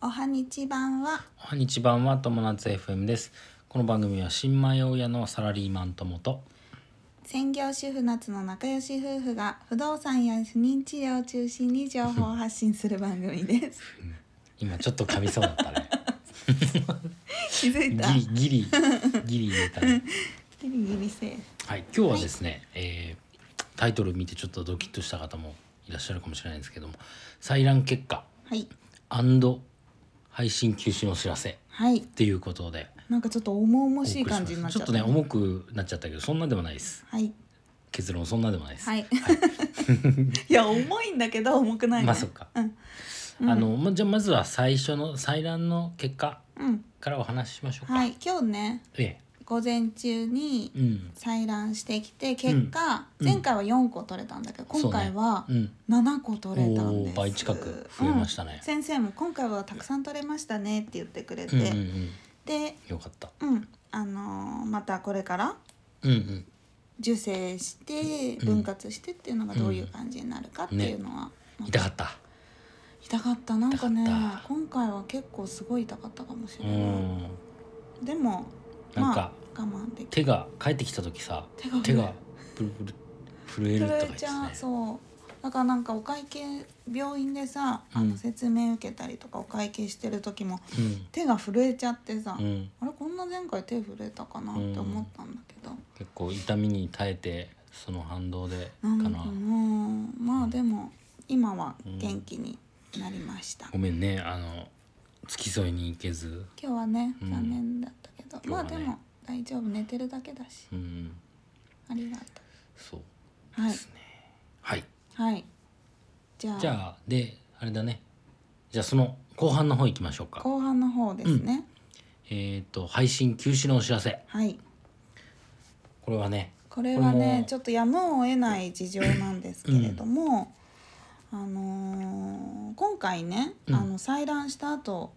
おはにち版はおはにちばんは友達 FM ですこの番組は新米親のサラリーマン友と専業主婦夏の仲良し夫婦が不動産や不妊治療を中心に情報を発信する番組です今ちょっと噛みそうだった ね気づいたギ ギリギリギリ言えたねリギリセーフはい今日はですね、えータイトル見てちょっとドキッとした方もいらっしゃるかもしれないんですけども採卵結果はい配信休止のお知らせはいっていうことでなんかちょっと重々お送しりいしま感すじになっちちょゃっっとたね重くなっちゃったけどそんなでもないですはい結論そんなでもないです、はい いや重いんだけど重くないねまあそっか、うんあのまじゃあまずは最初の採卵の結果うんからお話ししましょうか、はい今日ねえ午前中にえうん採卵してきて結果、うん前回は4個取れたんだけど今回はうん7個取れたんです、おー倍近く増えましたねうん先生も今回はたくさん取れましたねって言ってくれて、うんうんうんでよかったうんあのーまたこれからうんうん受精してうん分割してっていうのがどういう感じになるかっていうのは、また痛かった痛かったなんかね痛かった今回は結構すごい痛かったかもしうれない、んでもなんまかあ我慢でき手が帰ってきた時さ手が震える手がプルプル震えるとか言ってちたゃねうそうだからなんかお会計病院でさあうんの説明受けたりとかお会計してる時もうん手が震えちゃってさ、うんあれこんな前回手震えたかなって思ったんだけど、結構痛みに耐えてその反動でかななんかもうまあでも今は元気になりました、ごめんねあの付き添いに行けず今日はねうん残念だったけど、ま今あ日ではねも大丈夫寝てるだけだしうんありがとそううはでいすねはいはいじゃあじゃあであれだねじゃあその後半の方行きましょうか後半の方ですね、えっ、と配信休止のお知らせはいこれはねこれはこれねもちょっとやむを得ない事情なんですけれども、あのー今回ね、うんあの採卵した後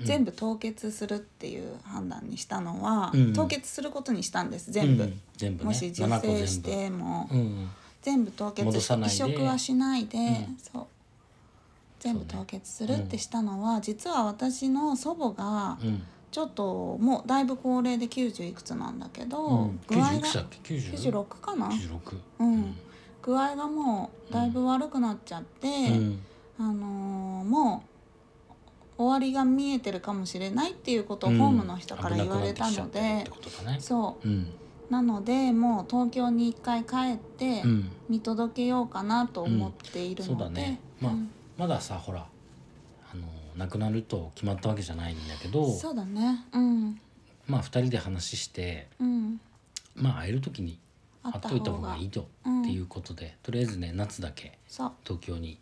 うん全部凍結するっていう判断にしたのは、うん凍結することにしたんです全部、うん全部ねもし受7個全精部してもうんうん全部凍結戻さない移で植はしないで、んそう全部凍結するってしたのは、実は私の祖母がうんちょっともうだいぶ高齢で90いくつなんだけど、うん具合90いくつだがっけ90 96かな96うん具合がもうだいぶ悪くなっちゃって、うんあのーもう終わりが見えてるかもしれないっていうことをうんホームの人から言われ危なたくなっのてきちゃってるっでて、ことだねそうんうなのでもう東京に一回帰ってうん見届けようかなと思っているそうだので、ねまあうんまださほらあの亡くなると決まったわけじゃないんだけどそうだねうんまあ2人で話してうんまあ会える時にあ会っといた方がいいとうんっていうことでとりあえずね夏だけそう東京に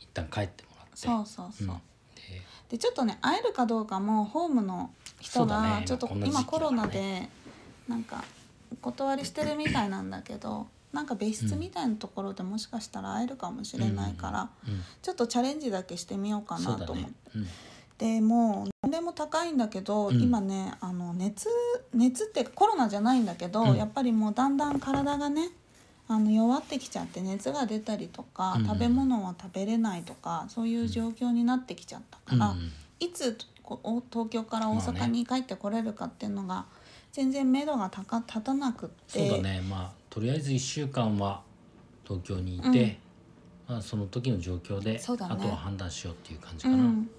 一旦帰ってもらってそうそうそう、うんででちょっとね会えるかどうかもホームの人そうだがねちょっと今こんな時期今だコからロねナでなんかお断りしてるみたいなんだけどなんか別室みたいなところでもしかしたら会えるかもしれないから、うんちょっとチャレンジだけしてみようかそなうだと思って、ねうんでもう年齢も高いんだけど、うん今ねあの熱熱っていうかコロナじゃないんだけど、うんやっぱりもうだんだん体がねあの弱ってきちゃって熱が出たりとか、うん食べ物は食べれないとかそういう状況になってきちゃったから。うんいつこお東京から大阪に帰ってこれるかっていうのが全然目処がたか立たなくってそうだね、まあとりあえず1週間は東京にいて、まあ、その時の状況で、そうだねあとは判断しようっていう感じうかな、ん、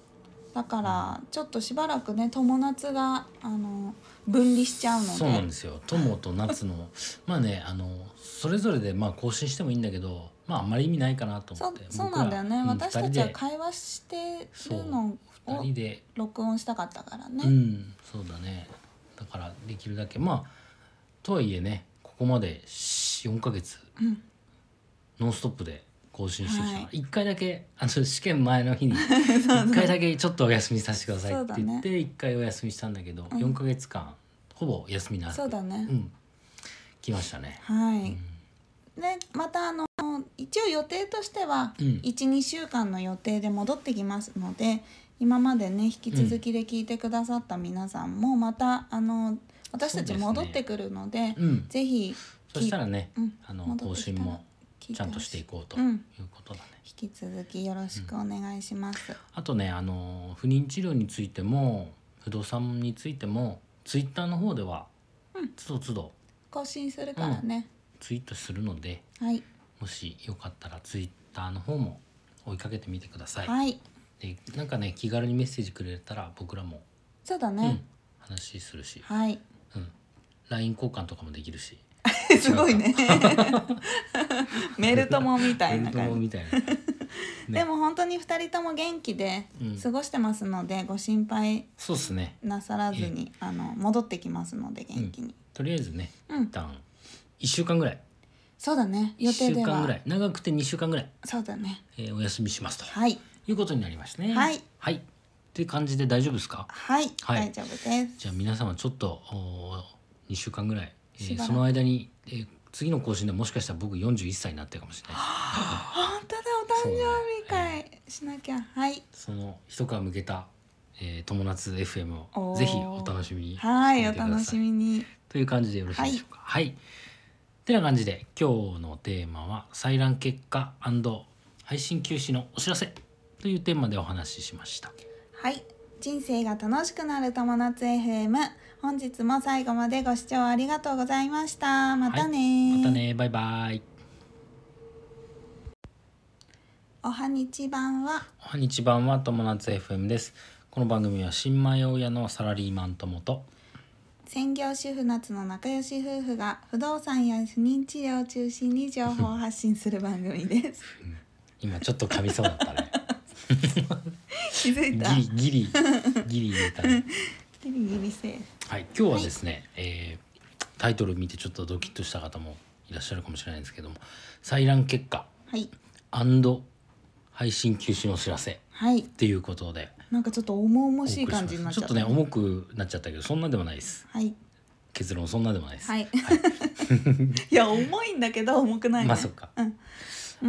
だからちょっとしばらくね友達があの分離しちゃうのでそうなんですよ友と夏の まあねあのそれぞれでまあ更新してもいいんだけどまああんまり意味ないかなとそ思っうてそうなんだよね僕ら私たちはうん会話してそうるの二を人で録音したかったからね、うんそうだねだからできるだけまあとはいえねここまで4ヶ月うんノンストップで更新してきたから、は1回だけあの試験前の日 に1回だけちょっとお休みさせてくださいって言って1回お休みしたんだけど、うん4ヶ月間ほぼ休みなくそうだね、うん来ましたねはい、でまたあの一応予定としてはうん12、週間の予定で戻ってきますので今までね引き続きで聞いてくださった皆さんもまたあの私たちそうですね戻ってくるのでうんぜひそしたらね、うんあの戻更ってき新たらも聞いちてゃほしいんとしていこうとういんうことだね。引き続きよろしくお願いします、あとねあの不妊治療についても不動産についてもツイッターの方ではつどつど更新するからね、ツイートするのではいもしよかったらツイッターの方も追いかけてみてください。はいでなんかね気軽にメッセージくれたら僕らも、そうだうねん、、話するし、はい うん、LINE 交換とかもできるしすごい ね メル友みたいなメル感トじみたいな。ねでも本当に2人とも元気でうん過ごしてますので、ご心配そうですねなさらずに、あの戻ってきますので元気に、とりあえずね、うん一旦1週間ぐらいそうだね予1定週で間ぐはらい長くて2週間ぐらい、そうだねえーお休みしますと、はいい、うことになりましたねはい、はい、っていう感じで大丈夫ですかはい、は大い丈夫ですじゃあ皆様ちょっとお2週間ぐらい、えーしばらくその間に、えー次の更新でもしかしたら僕41歳になってるかもしれない本当だお誕生日会しなきゃはいその一皮向けた、えー、友達 FM おをーぜひお楽しみにはいしておみてくだ楽さしみにという感じでよろしいでしょうか。はい。てな感じで今日のテーマは採卵結果配信休止のお知らせというテーマでお話ししました。はい人生が楽しくなる友達 FM 本日も最後までご視聴ありがとうございましたまたねーまたねバイバイ。おはにち版はおはにちばんは友達 FM です。この番組は新米親のサラリーマン友と専業主婦夏の仲良し夫婦が不動産や不妊治療を中心に情報を発信する番組です 今ちょっと噛みそうだった ね。気づいたギリギリギリ言えたね。ギリギリセーフはい、今日はですね、えータイトル見てちょっとドキッとした方もいらっしゃるかもしれないんですけども採卵結果はい配信休止のお知らせはいっていうことでなんかちょっと重々お送しりいしま感すじになっちちょゃっっとたね重くなっちゃったけどそんなでもないですはい結論そんなでもないです、はい いや重いんだけど重くないねまあそっか、うん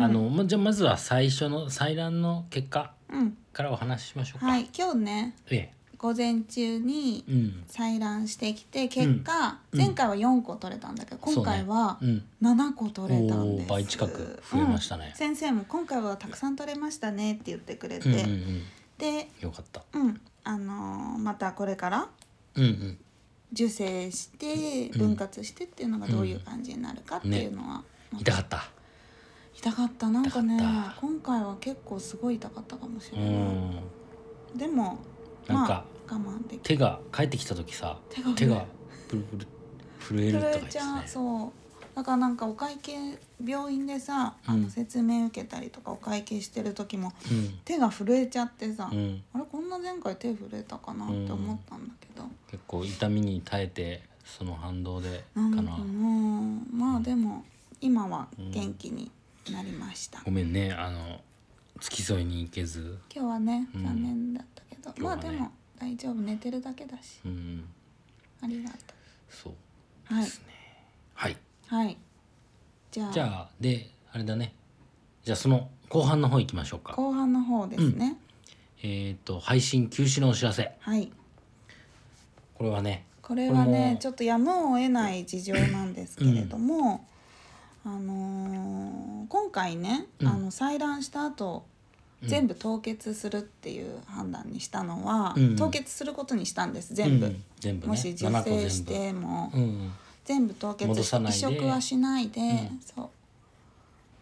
あのまじゃあまずは最初の採卵の結果うんからお話ししましょうか、はい今日ねえ午前中にえうん採卵してきて結果、うん前回は4個取れたんだけど今回はそうね7個取れたんおでーす、倍近く増えましたねうん先生も今回はたくさん取れましたねって言ってくれて、うん、うんうんうんでよかったうんあのーまたこれからうんうん受精してん分割してっていうのがどういう感じになるかっていうのは、痛かった痛かったなんかね痛かった今回は結構すごい痛かったかもしうれない、んでもなんかまあ我慢でき手が帰ってきた時さ手が震える手がプルプル震えるとか言ってちゃたうねそうだからなんかお会計病院でさあうんの説明受けたりとかお会計してる時もうん手が震えちゃってさ、うんあれこんな前回手震えたかなって思ったんだけど、結構痛みに耐えてその反動でかなな、んかもうまあでも今は元気になりました、ごめんねあの付き添いに行けず今日はねうん残念だったけど、ま今あ日ではねも大丈夫寝てるだけだしうんありがとそううはでいすねはいはいじゃあじゃあであれだねじゃあその後半の方行きましょうか後半の方ですね、えっ、と配信休止のお知らせはいこれはねこれはこれもねちょっとやむを得ない事情なんですけれども、あのー今回ね、うんあの採卵した後うん全部凍結するっていう判断にしたのは、うん凍結することにしたんです全部、うん全部ねもし受7個全精部してもうんうん全部凍結戻さない移で植はしないで、んそう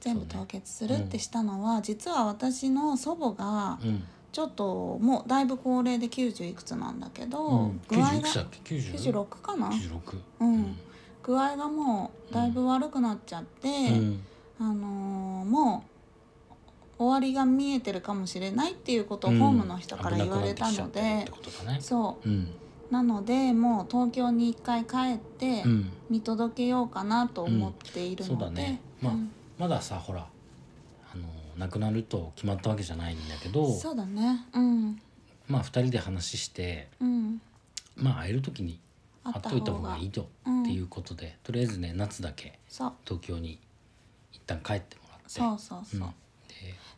全部凍結するってしたのは、実は私の祖母がうんちょっともうだいぶ高齢で90いくつなんだけど、うん具合が90いくつだっけ96 96かな、 96うん具合がもうだいぶ悪くなっちゃって、うんあのーもう終わりが見えてるかもしれないっていうことをうんホームの人から言危なわくなっれたてきちゃっのてで、るってことだねそううんなのでもう東京に1回帰ってうん見届けようかなと思っているそうだので、ねまあ、うんまださほらあの亡くなると決まったわけじゃないんだけどそうだねうんまあ2人で話してうんまあ会える時にあっ会ったといた方方ががいいと、うんっていうことでとりあえずね夏だけそう東京に一旦帰ってもらってそうそうそう、うんで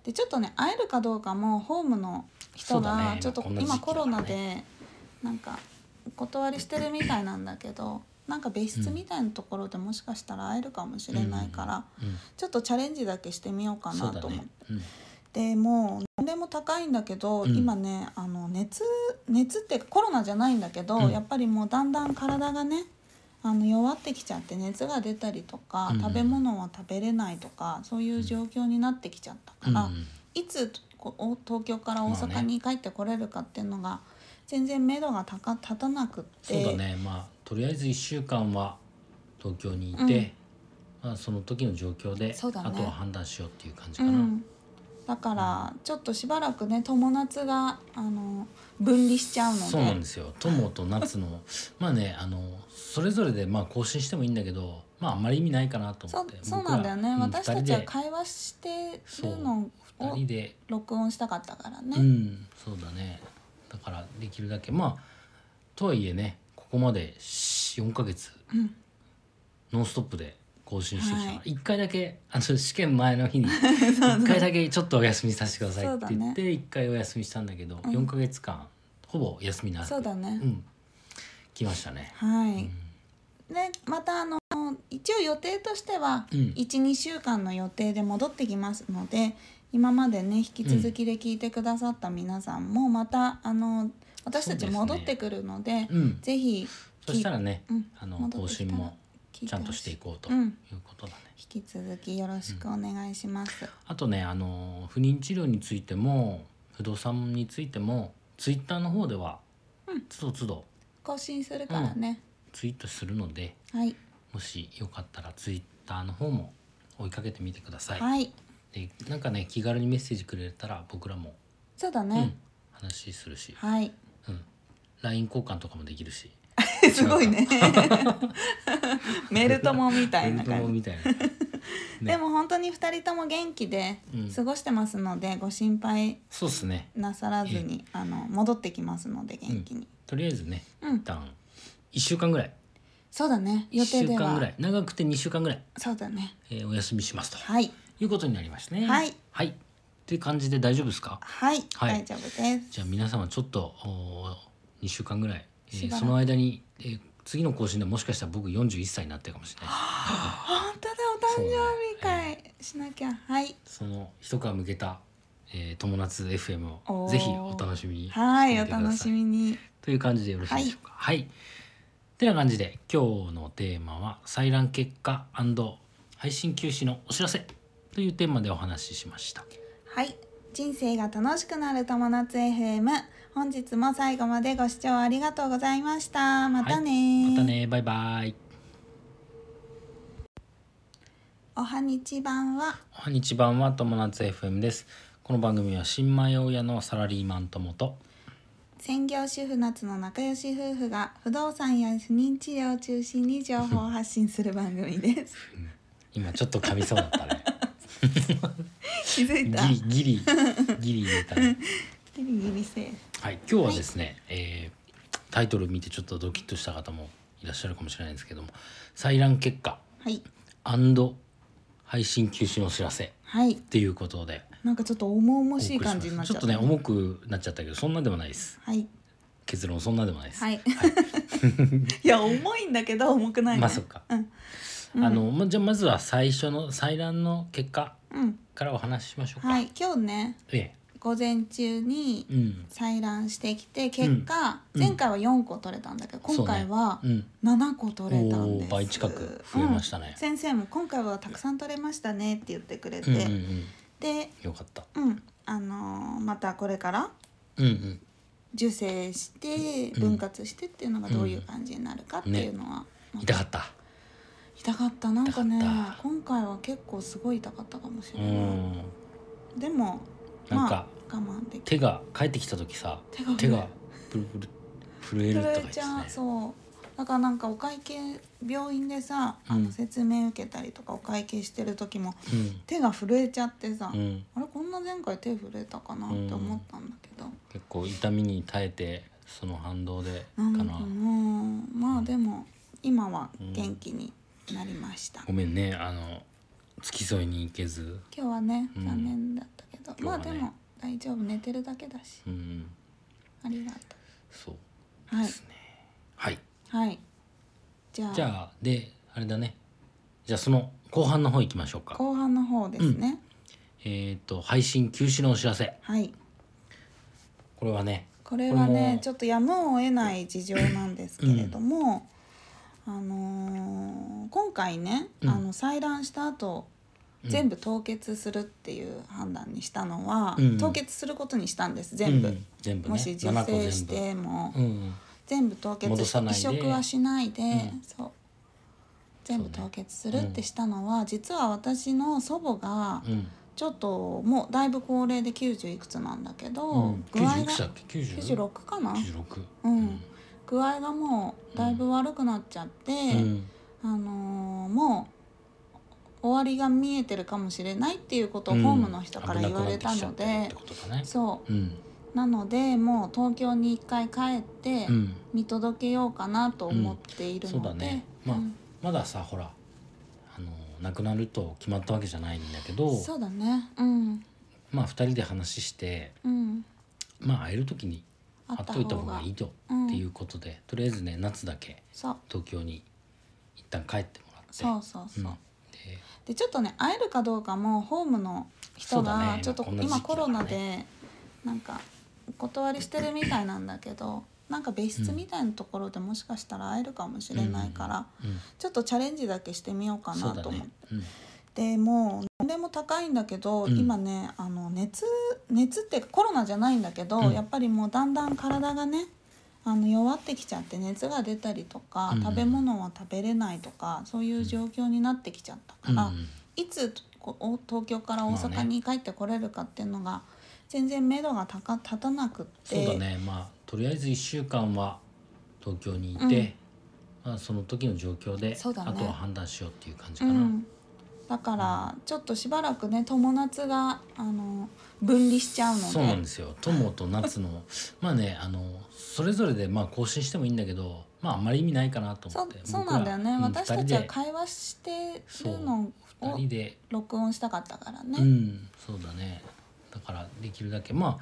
でちょっとね会えるかどうかもホームのそ人うだが、ねちょっと今こんな時期今だかコらねロナでなんかお断りしてるみたいなんだけどなんか別室みたいなところでもしかしたら会えるかもしれないから、うんちょっとチャレンジだけしてみようかそなうだと思って、ね、うん、でもう年齢も高いんだけど、うん今ねあの熱熱っていうかコロナじゃないんだけど、うんやっぱりもうだんだん体がねあの弱ってきちゃって熱が出たりとか、うん食べ物は食べれないとかそういう状況になってきちゃったから、うんいつこお東京から大まあ阪ねに帰ってこれるかっていうのが全然目処がたか立たなくってそうだねまあとりあえず1週間は東京にいて、まあ、その時の状況で、そうだねあとは判断しようっていう感じうかな、ん、だからちょっとしばらくね友達があの分離しちゃうのでそうなんですよ友と夏の まあねあのそれぞれでまあ更新してもいいんだけどまああんまり意味ないかなとそ思っうてそうなんだよね、僕ら私たちはうん会話してそうるの二を人で録音したかったからね、うんそうだねだからできるだけまあとはいえねここまで4ヶ月、うんノンストップで更新してきたから、は1回だけあの試験前の 日に1回だけちょっとお休みさせてくださいって言って1回お休みしたんだけど、うん4ヶ月間ほぼ休みなくそうだね、うん来ましたね。はい、うんでまたあの一応予定としてはうん12、週間の予定で戻ってきますので今までね引き続きで聞いてくださった皆さんもまたあの私たち戻ってくるのでうん、ぜひそしたらね、うんあの戻更ってき新たらも聞いちゃんとしていいこうというんうことだね。引き続きよろしくお願いします、あとねあの不妊治療についても不動産についてもツイッターの方ではうんつどつど更新するからね、ツイートするのではいもしよかったらツイッターの方も追いかけてみてください。はいでなんかね気軽にメッセージくれたら僕らも、そうだうんね、、話するし、 はいうん、LINE 交換とかもできるしすごい ね メル友みたいなメル感友じみたいな。ねでも本当に2人とも元気でうん過ごしてますので、ご心配そうですねなさらずにあの戻ってきますので元気に、とりあえずねうん一旦1週間ぐらいそうだね予1定週で間ぐはらい長くて2週間ぐらい、そうだねえーお休みしますとはいいうことになりましたね。はい、はい、っていう感じで大丈夫ですかはい、はい大丈夫ですじゃあ皆様ちょっと2週間ぐらい、えーしばらくその間に、えー次の更新でもしかしたら僕41歳になってるかもしれない本当だお誕生日会しなきゃはいその一皮向けた、えー、友達 FM おをーぜひお楽しみにはいしておみてくだ楽さしいみにという感じでよろしいでしょうかはい、てな感じで今日のテーマは「採卵結果配信休止のお知らせ」というテーマでお話ししましたはい人生が楽しくなる友達 FM 本日も最後までご視聴ありがとうございましたまたねー、またねバイバイおはにち版はおはにちばんは友達 FM ですこの番組は新米親のサラリーマン友と専業主婦夏の仲良し夫婦が不動産や不妊治療を中心に情報を発信する番組です 今ちょっと噛みそうだっ たね気づいたギリギリギリ入れたねギリギリセーフはい今日はですね、えータイトル見てちょっとドキッとした方もいらっしゃるかもしれないんですけども採卵結果はい配信休止のお知らせはいっていうことでなんかちょっと重々おし送りいしま感じになっすちちゃっょったとね重くなっちゃったけどそんなでもないですはい結論そんなでもないです、はい いや重いんだけど重くないねまあそっかうんあのまじゃあまずは最初の採卵の結果うんからお話ししましょうか、はい今日ねえ午前中にえうん採卵してきて結果、うん前回は4個取れたんだけどそうね今回はうん7個取れたんです、おー倍近く増えましたねうん先生も今回はたくさん取れましたねって言ってくれて、うんうんうんでよかったうんあのーまたこれからうんうん受精してうん分割してっていうのがどういう感じになるかっていうのは、痛かった痛かったなんかね痛かった今回は結構すごい痛かったかもしうれない、んでもなんまかあ我慢でき手が帰ってきた時さ手が手がプルプル震えるとか言っ震えてちたゃうねそうだからなんかお会計病院でさあうんの説明受けたりとかお会計してる時もうん手が震えちゃってさ、うんあれこんな前回手震えたかなって思ったんだけど、結構痛みに耐えてその反動でかななんかもうまあでも今は元気になりました、ごめんねあの付き添いに行けず今日はねうん残念だったけど、ま今あ日ではねも大丈夫寝てるだけだしうんありがとそううはでいすねはいはいじゃあじゃあであれだねじゃあその後半の方行きましょうか後半の方ですね、えっ、と配信休止のお知らせはいこれはねこれはこれねもちょっとやむを得ない事情なんですけれども、あのー今回ね、うんあの採卵した後うん全部凍結するっていう判断にしたのは、うん凍結することにしたんです全部、うん全部ねもし受7個全精部してもうん全部凍結戻さ移ないで植はしないで、うんそう全部凍結するってしたのは、実は私の祖母がうんちょっともうだいぶ高齢で90いくつなんだけど、うん具合90いくつだがっけ90 96かな96うん具合がもうだいぶ悪くなっちゃって、うんあのーもう終わりが見えてるかもしれないっていうことをホームの人から言われたので、危なくなってきちゃってるってことだねそうんうなのでもう東京に一回帰ってうん見届けようかなと思っているそうだので、ねまあうんまださほらあの亡くなると決まったわけじゃないんだけどそうだねうんまあ2人で話してうんまあ会える時にあっ会ったといた方方ががいいとうんっていうことでとりあえずね夏だけそう東京に一旦帰ってもらってそうそうそう、うんででちょっとね会えるかどうかもホームの人そうだがねちょっと今こんな時期今だかコらロねナでなんかお断りしてるみたいなんだけどなんか別室みたいなところでもしかしたら会えるかもしれないから、うんちょっとチャレンジだけしてみようかそなうだと思って、ねうんでもう年齢も高いんだけど、うん今ねあの熱熱っていうかコロナじゃないんだけど、うんやっぱりもうだんだん体がねあの弱ってきちゃって熱が出たりとか、うん食べ物は食べれないとかそういう状況になってきちゃったから。うんいつこお東京から大阪に帰ってこれるかっていうのが全然目処がたか立たなくってそうだねまあとりあえず1週間は東京にいて、まあ、その時の状況で、そうだねあとは判断しようっていう感じうかな、ん、だからちょっとしばらくね友達があの分離しちゃうのでそうなんですよ友と夏の まあねあのそれぞれでまあ更新してもいいんだけどまああんまり意味ないかなと思そっうてそうなんだよね、僕ら私たちはうん会話してそうるの二を人で録音したかったからね、うんそうだねだからできるだけまあ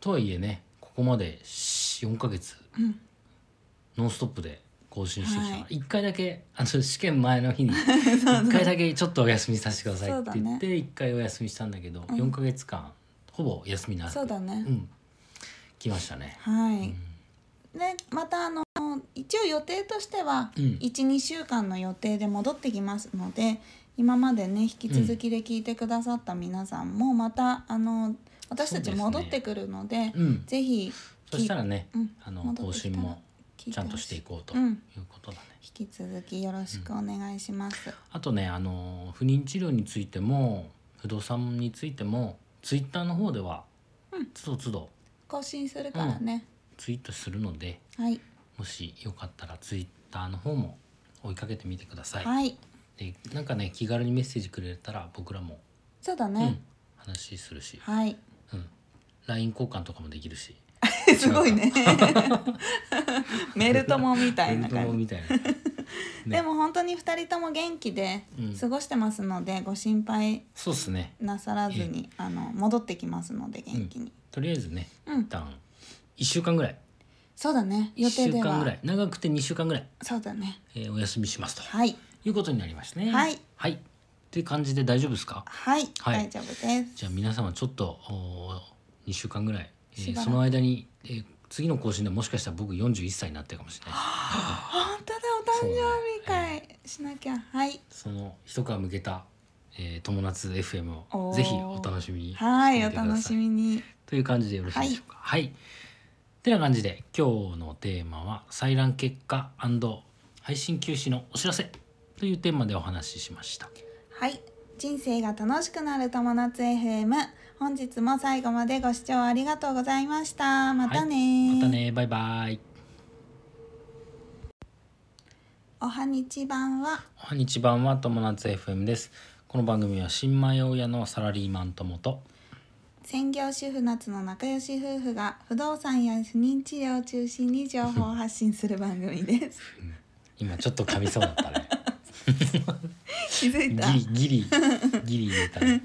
とはいえねここまで4ヶ月、うんノンストップで更新してきたから、は1回だけあの試験前の 日に1回だけちょっとお休みさせてくださいそっうだてね言って1回お休みしたんだけど、うん4ヶ月間ほぼ休みなくそうだね、うん来ましたねはい、でまたあの一応予定としてはうん12、週間の予定で戻ってきますので今までね引き続きで聞いてくださった皆さんもまたあの私たち戻ってくるのでうんぜひそしたらね、うんあの戻更ってき新たらも聞いちゃんとしていほこうというんうことだね、しい引き続きよろしくお願いします、あとねあの不妊治療についても不動産についてもツイッターの方ではうんつどつど更新するからね、ツイートするのではいもしよかったらツイッターの方も追いかけてみてください。はいでなんかね気軽にメッセージくれたら僕らも、そうだうねん、、話するし、はい うん、LINE 交換とかもできるしすごい ね メル友みたいなメル感トじモみたいな。 ねでも本当に2人とも元気でうん過ごしてますので、ご心配そうですねなさらずにあの戻ってきますので元気に、とりあえずね、うん一旦1週間ぐらいそうだね予1定週で間ぐらはい長くて2週間ぐらい、そうだねえーお休みしますと。はいいうことになりましたね。はい。はい。っていう感じで大丈夫ですか。はい、はい大丈夫ですじゃあ皆様ちょっと2週間ぐらい、えーしばらくその間に、えー次の更新でもしかしたら僕41歳になってるかもしれない。本当だお誕生日会しなきゃはいその一皮向けた、えー、友達 FM おをーぜひお楽しみにはいしておみてくだ楽さしいみにという感じでよろしいでしょうか。はい。てな感じで今日のテーマは採卵結果配信休止のお知らせというテーマでお話ししました。はい人生が楽しくなる友達 FM 本日も最後までご視聴ありがとうございましたまたねー、またねバイバイ。おはにち版はおはにちばんは友達 FM です。この番組は新米親のサラリーマン友と専業主婦夏の仲良し夫婦が不動産や不妊治療を中心に情報を発信する番組です 今ちょっと噛みそうだっ たね。気づいたギギリギリギリ言えたね。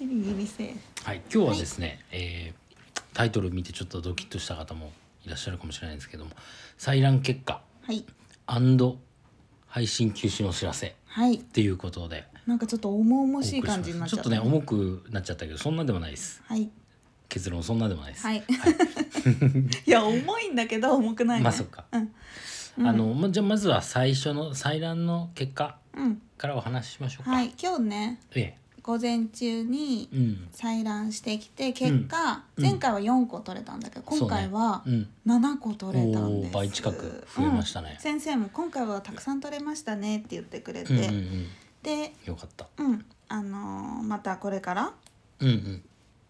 リギリセーフはい今日はですね、えータイトル見てちょっとドキッとした方もいらっしゃるかもしれないんですけども採卵結果はい配信休止のお知らせはいっていうことでなんかちょっと重々しいお送りしま感じになっちゃちょっったとね重くなっちゃったけどそんなでもないですはい結論そんなでもないです、はい いや重いんだけど重くないねまあそっかうんあのまじゃあまずは最初の採卵の結果うんからお話ししましょうか、はい今日ねえ午前中にえうん採卵してきて結果、うん前回は4個取れたんだけど今回はうん7個取れたんおでーす、倍近く増えましたうんね、先生も今回はたくさん取れましたねって言ってくれて、うん、うんうんでよかったうんあのーまたこれからうんうん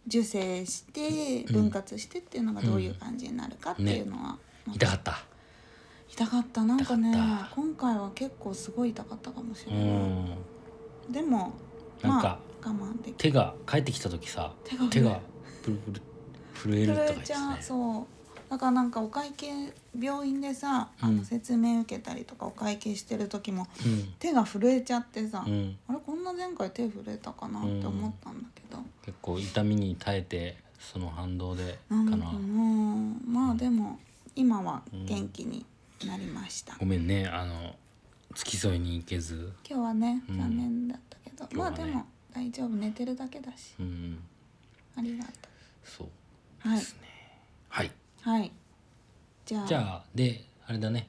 受精してうん分割してっていうのがどういう感じになるかっていうのは、痛かった痛かったなんかね痛かった今回は結構すごい痛かったかもしうれない、んでもなんまあか我慢でき手が帰ってきた時さ手が手がプルプル震えるとか言っ震えてちゃたうねそうだからなんかお会計病院でさあうんの説明受けたりとかお会計してる時もうん手が震えちゃってさ、うんあれこんな前回手震えたかなって思ったんだけど、結構痛みに耐えてその反動でかなな、んかもうまあでも今は元気になりました、ごめんねあの付き添いに行けず今日はねうん残念だったけど、今まあ日はでねも大丈夫寝てるだけだしうんありがとそううはでいすねはいはいじゃあじゃあであれだね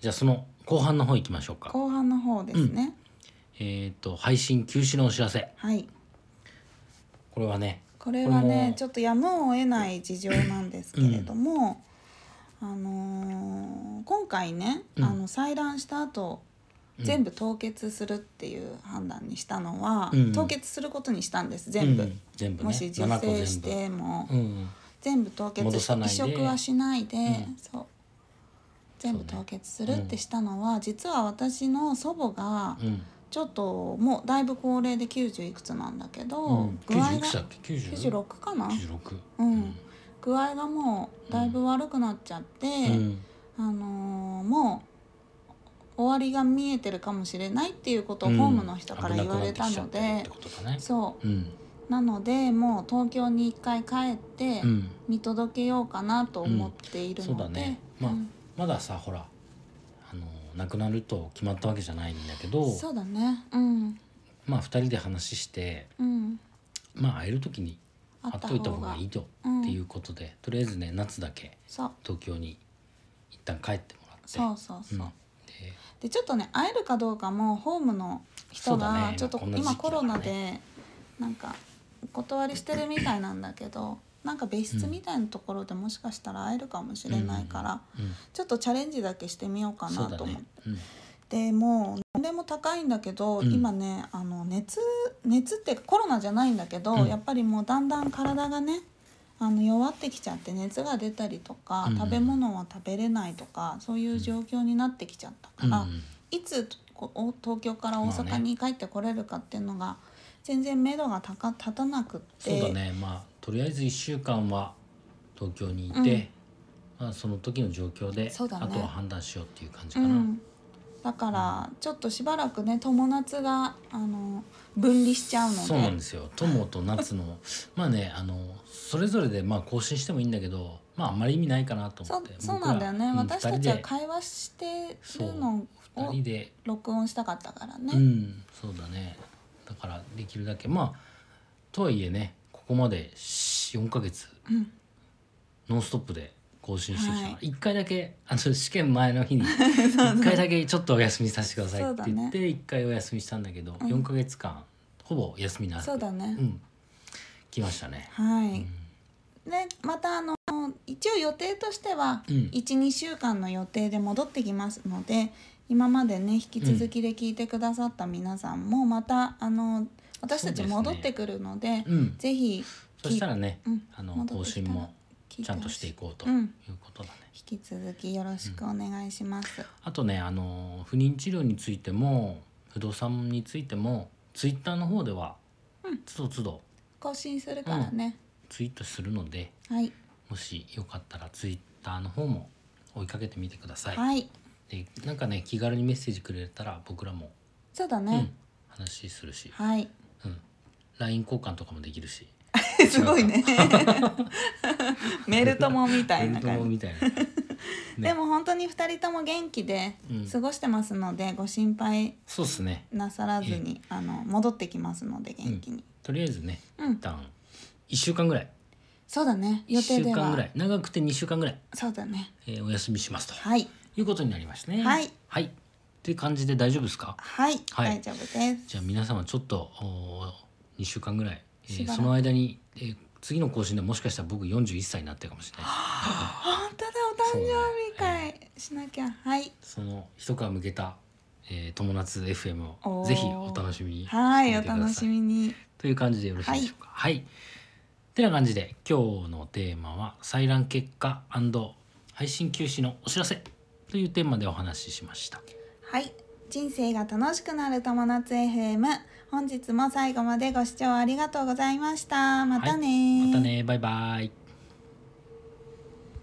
じゃあその後半の方行きましょうか後半の方ですね、えっ、と配信休止のお知らせはいこれはねこれはこれねもちょっとやむを得ない事情なんですけれども、あのー今回ね、うんあの採卵した後うん全部凍結するっていう判断にしたのは、うん凍結することにしたんです全部、うん全部ねもし受7個全精部してもうんうん全部凍結戻してさない移で植はしないで、うんそう全部凍結するってしたのは、実は私の祖母がうんちょっともうだいぶ高齢で90いくつなんだけど、うん具合90いくつだっがけ90 96かな96うん具合がもうだいぶ悪くなっちゃって、うんあのーもう終わりが見えてるかもしれないっていうことをホームの人から言われたので、危なくなってきちゃってるってことだねそううんなのでもう東京に一回帰ってうん見届けようかなと思っているそうだので、ねまあ、うんまださほらあの亡くなると決まったわけじゃないんだけどそうだねうんまあ2人で話してうんまあ会える時にあっ会ったといた方方ががいいと、うんっていうことでとりあえずね夏だけそう東京に一旦帰ってもらってそうそうそう、んででちょっとね会えるかどうかもホームの人そうだがねちょっと今こんな時期今だコからねロナでなんかお断りしてるみたいなんだけどなんか別室みたいなところでもしかしたら会えるかもしれないから、うんちょっとチャレンジだけしてみようかそなうだと思って、ね、うん、でもう年齢も高いんだけど、うん今ねあの熱熱っていうかコロナじゃないんだけど、うんやっぱりもうだんだん体がねあの弱ってきちゃって熱が出たりとか、うん食べ物は食べれないとかそういう状況になってきちゃったから。うんいつこお東京から大阪に帰ってこれるかっていうのが全然目処がたか立たなくってそうだねまあとりあえず1週間は東京にいて、まあ、その時の状況で、そうだねあとは判断しようっていう感じうかな、ん、だからちょっとしばらくね友達があの分離しちゃうのでそうなんですよ友と夏の まあねあのそれぞれでまあ更新してもいいんだけどまああんまり意味ないかなとそ思うってそうなんだよね僕ら私たちはうん会話してそうるの二を人で録音したかったから二ね、人でうんそうだねだからできるだけまあとはいえねここまで4ヶ月うんノンストップで更新してきたから、は1回だけあの試験前の 日に1回だけちょっとお休みさせてくださいって言って1回お休みしたんだけどうん4ヶ月間ほぼ休みなくそうだね、うん来ましたねはい、でまたあの一応予定としてはうん12週間の予定で戻ってきますので今までね引き続きで聞いてくださった皆さんもまたあの私たち戻ってくるのでうんぜひそしたらね、うんあの戻更ってきた新らも聞いちゃんとしてい引こうとういんうことだね。き続きよろしくお願いします、あとねあの不妊治療についても不動産についてもツイッターの方ではうんつどつど更新するからね、ツイートするのではいもしよかったらツイッターの方も追いかけてみてください。はいでなんかね気軽にメッセージくれたら僕らも、そうだうんね、、話するし、はい うん、LINE 交換とかもできるし。すごいね メル友みたいなメルトモ感じ みたいなでも本当に2人とも元気でうん過ごしてますので、ご心配そうですねなさらずに、あの戻ってきますので元気に、とりあえずね、うん一旦1週間ぐらいそうだね予1定週で間ぐらはい長くて2週間ぐらい、そうだねえーお休みしますとはいいうことになりますねはいはいっていう感じで大丈夫ですかはい、は大い丈夫ですじゃあ皆様ちょっと2週間ぐらい、えーしばらくその間に、えー次の更新でもしかしたら僕41歳になってるかもしれない本当だお誕生日会しなきゃはいその一皮向けた、えー、友達 FM おをーぜひお楽しみにはいしておみてくださ楽しみにという感じでよろしいでしょうかはい、てな感じで今日のテーマは「採卵結果配信休止のお知らせ」というテーマでお話ししましたはい人生が楽しくなる友達 FM 本日も最後までご視聴ありがとうございましたまたねーまたねバイバイ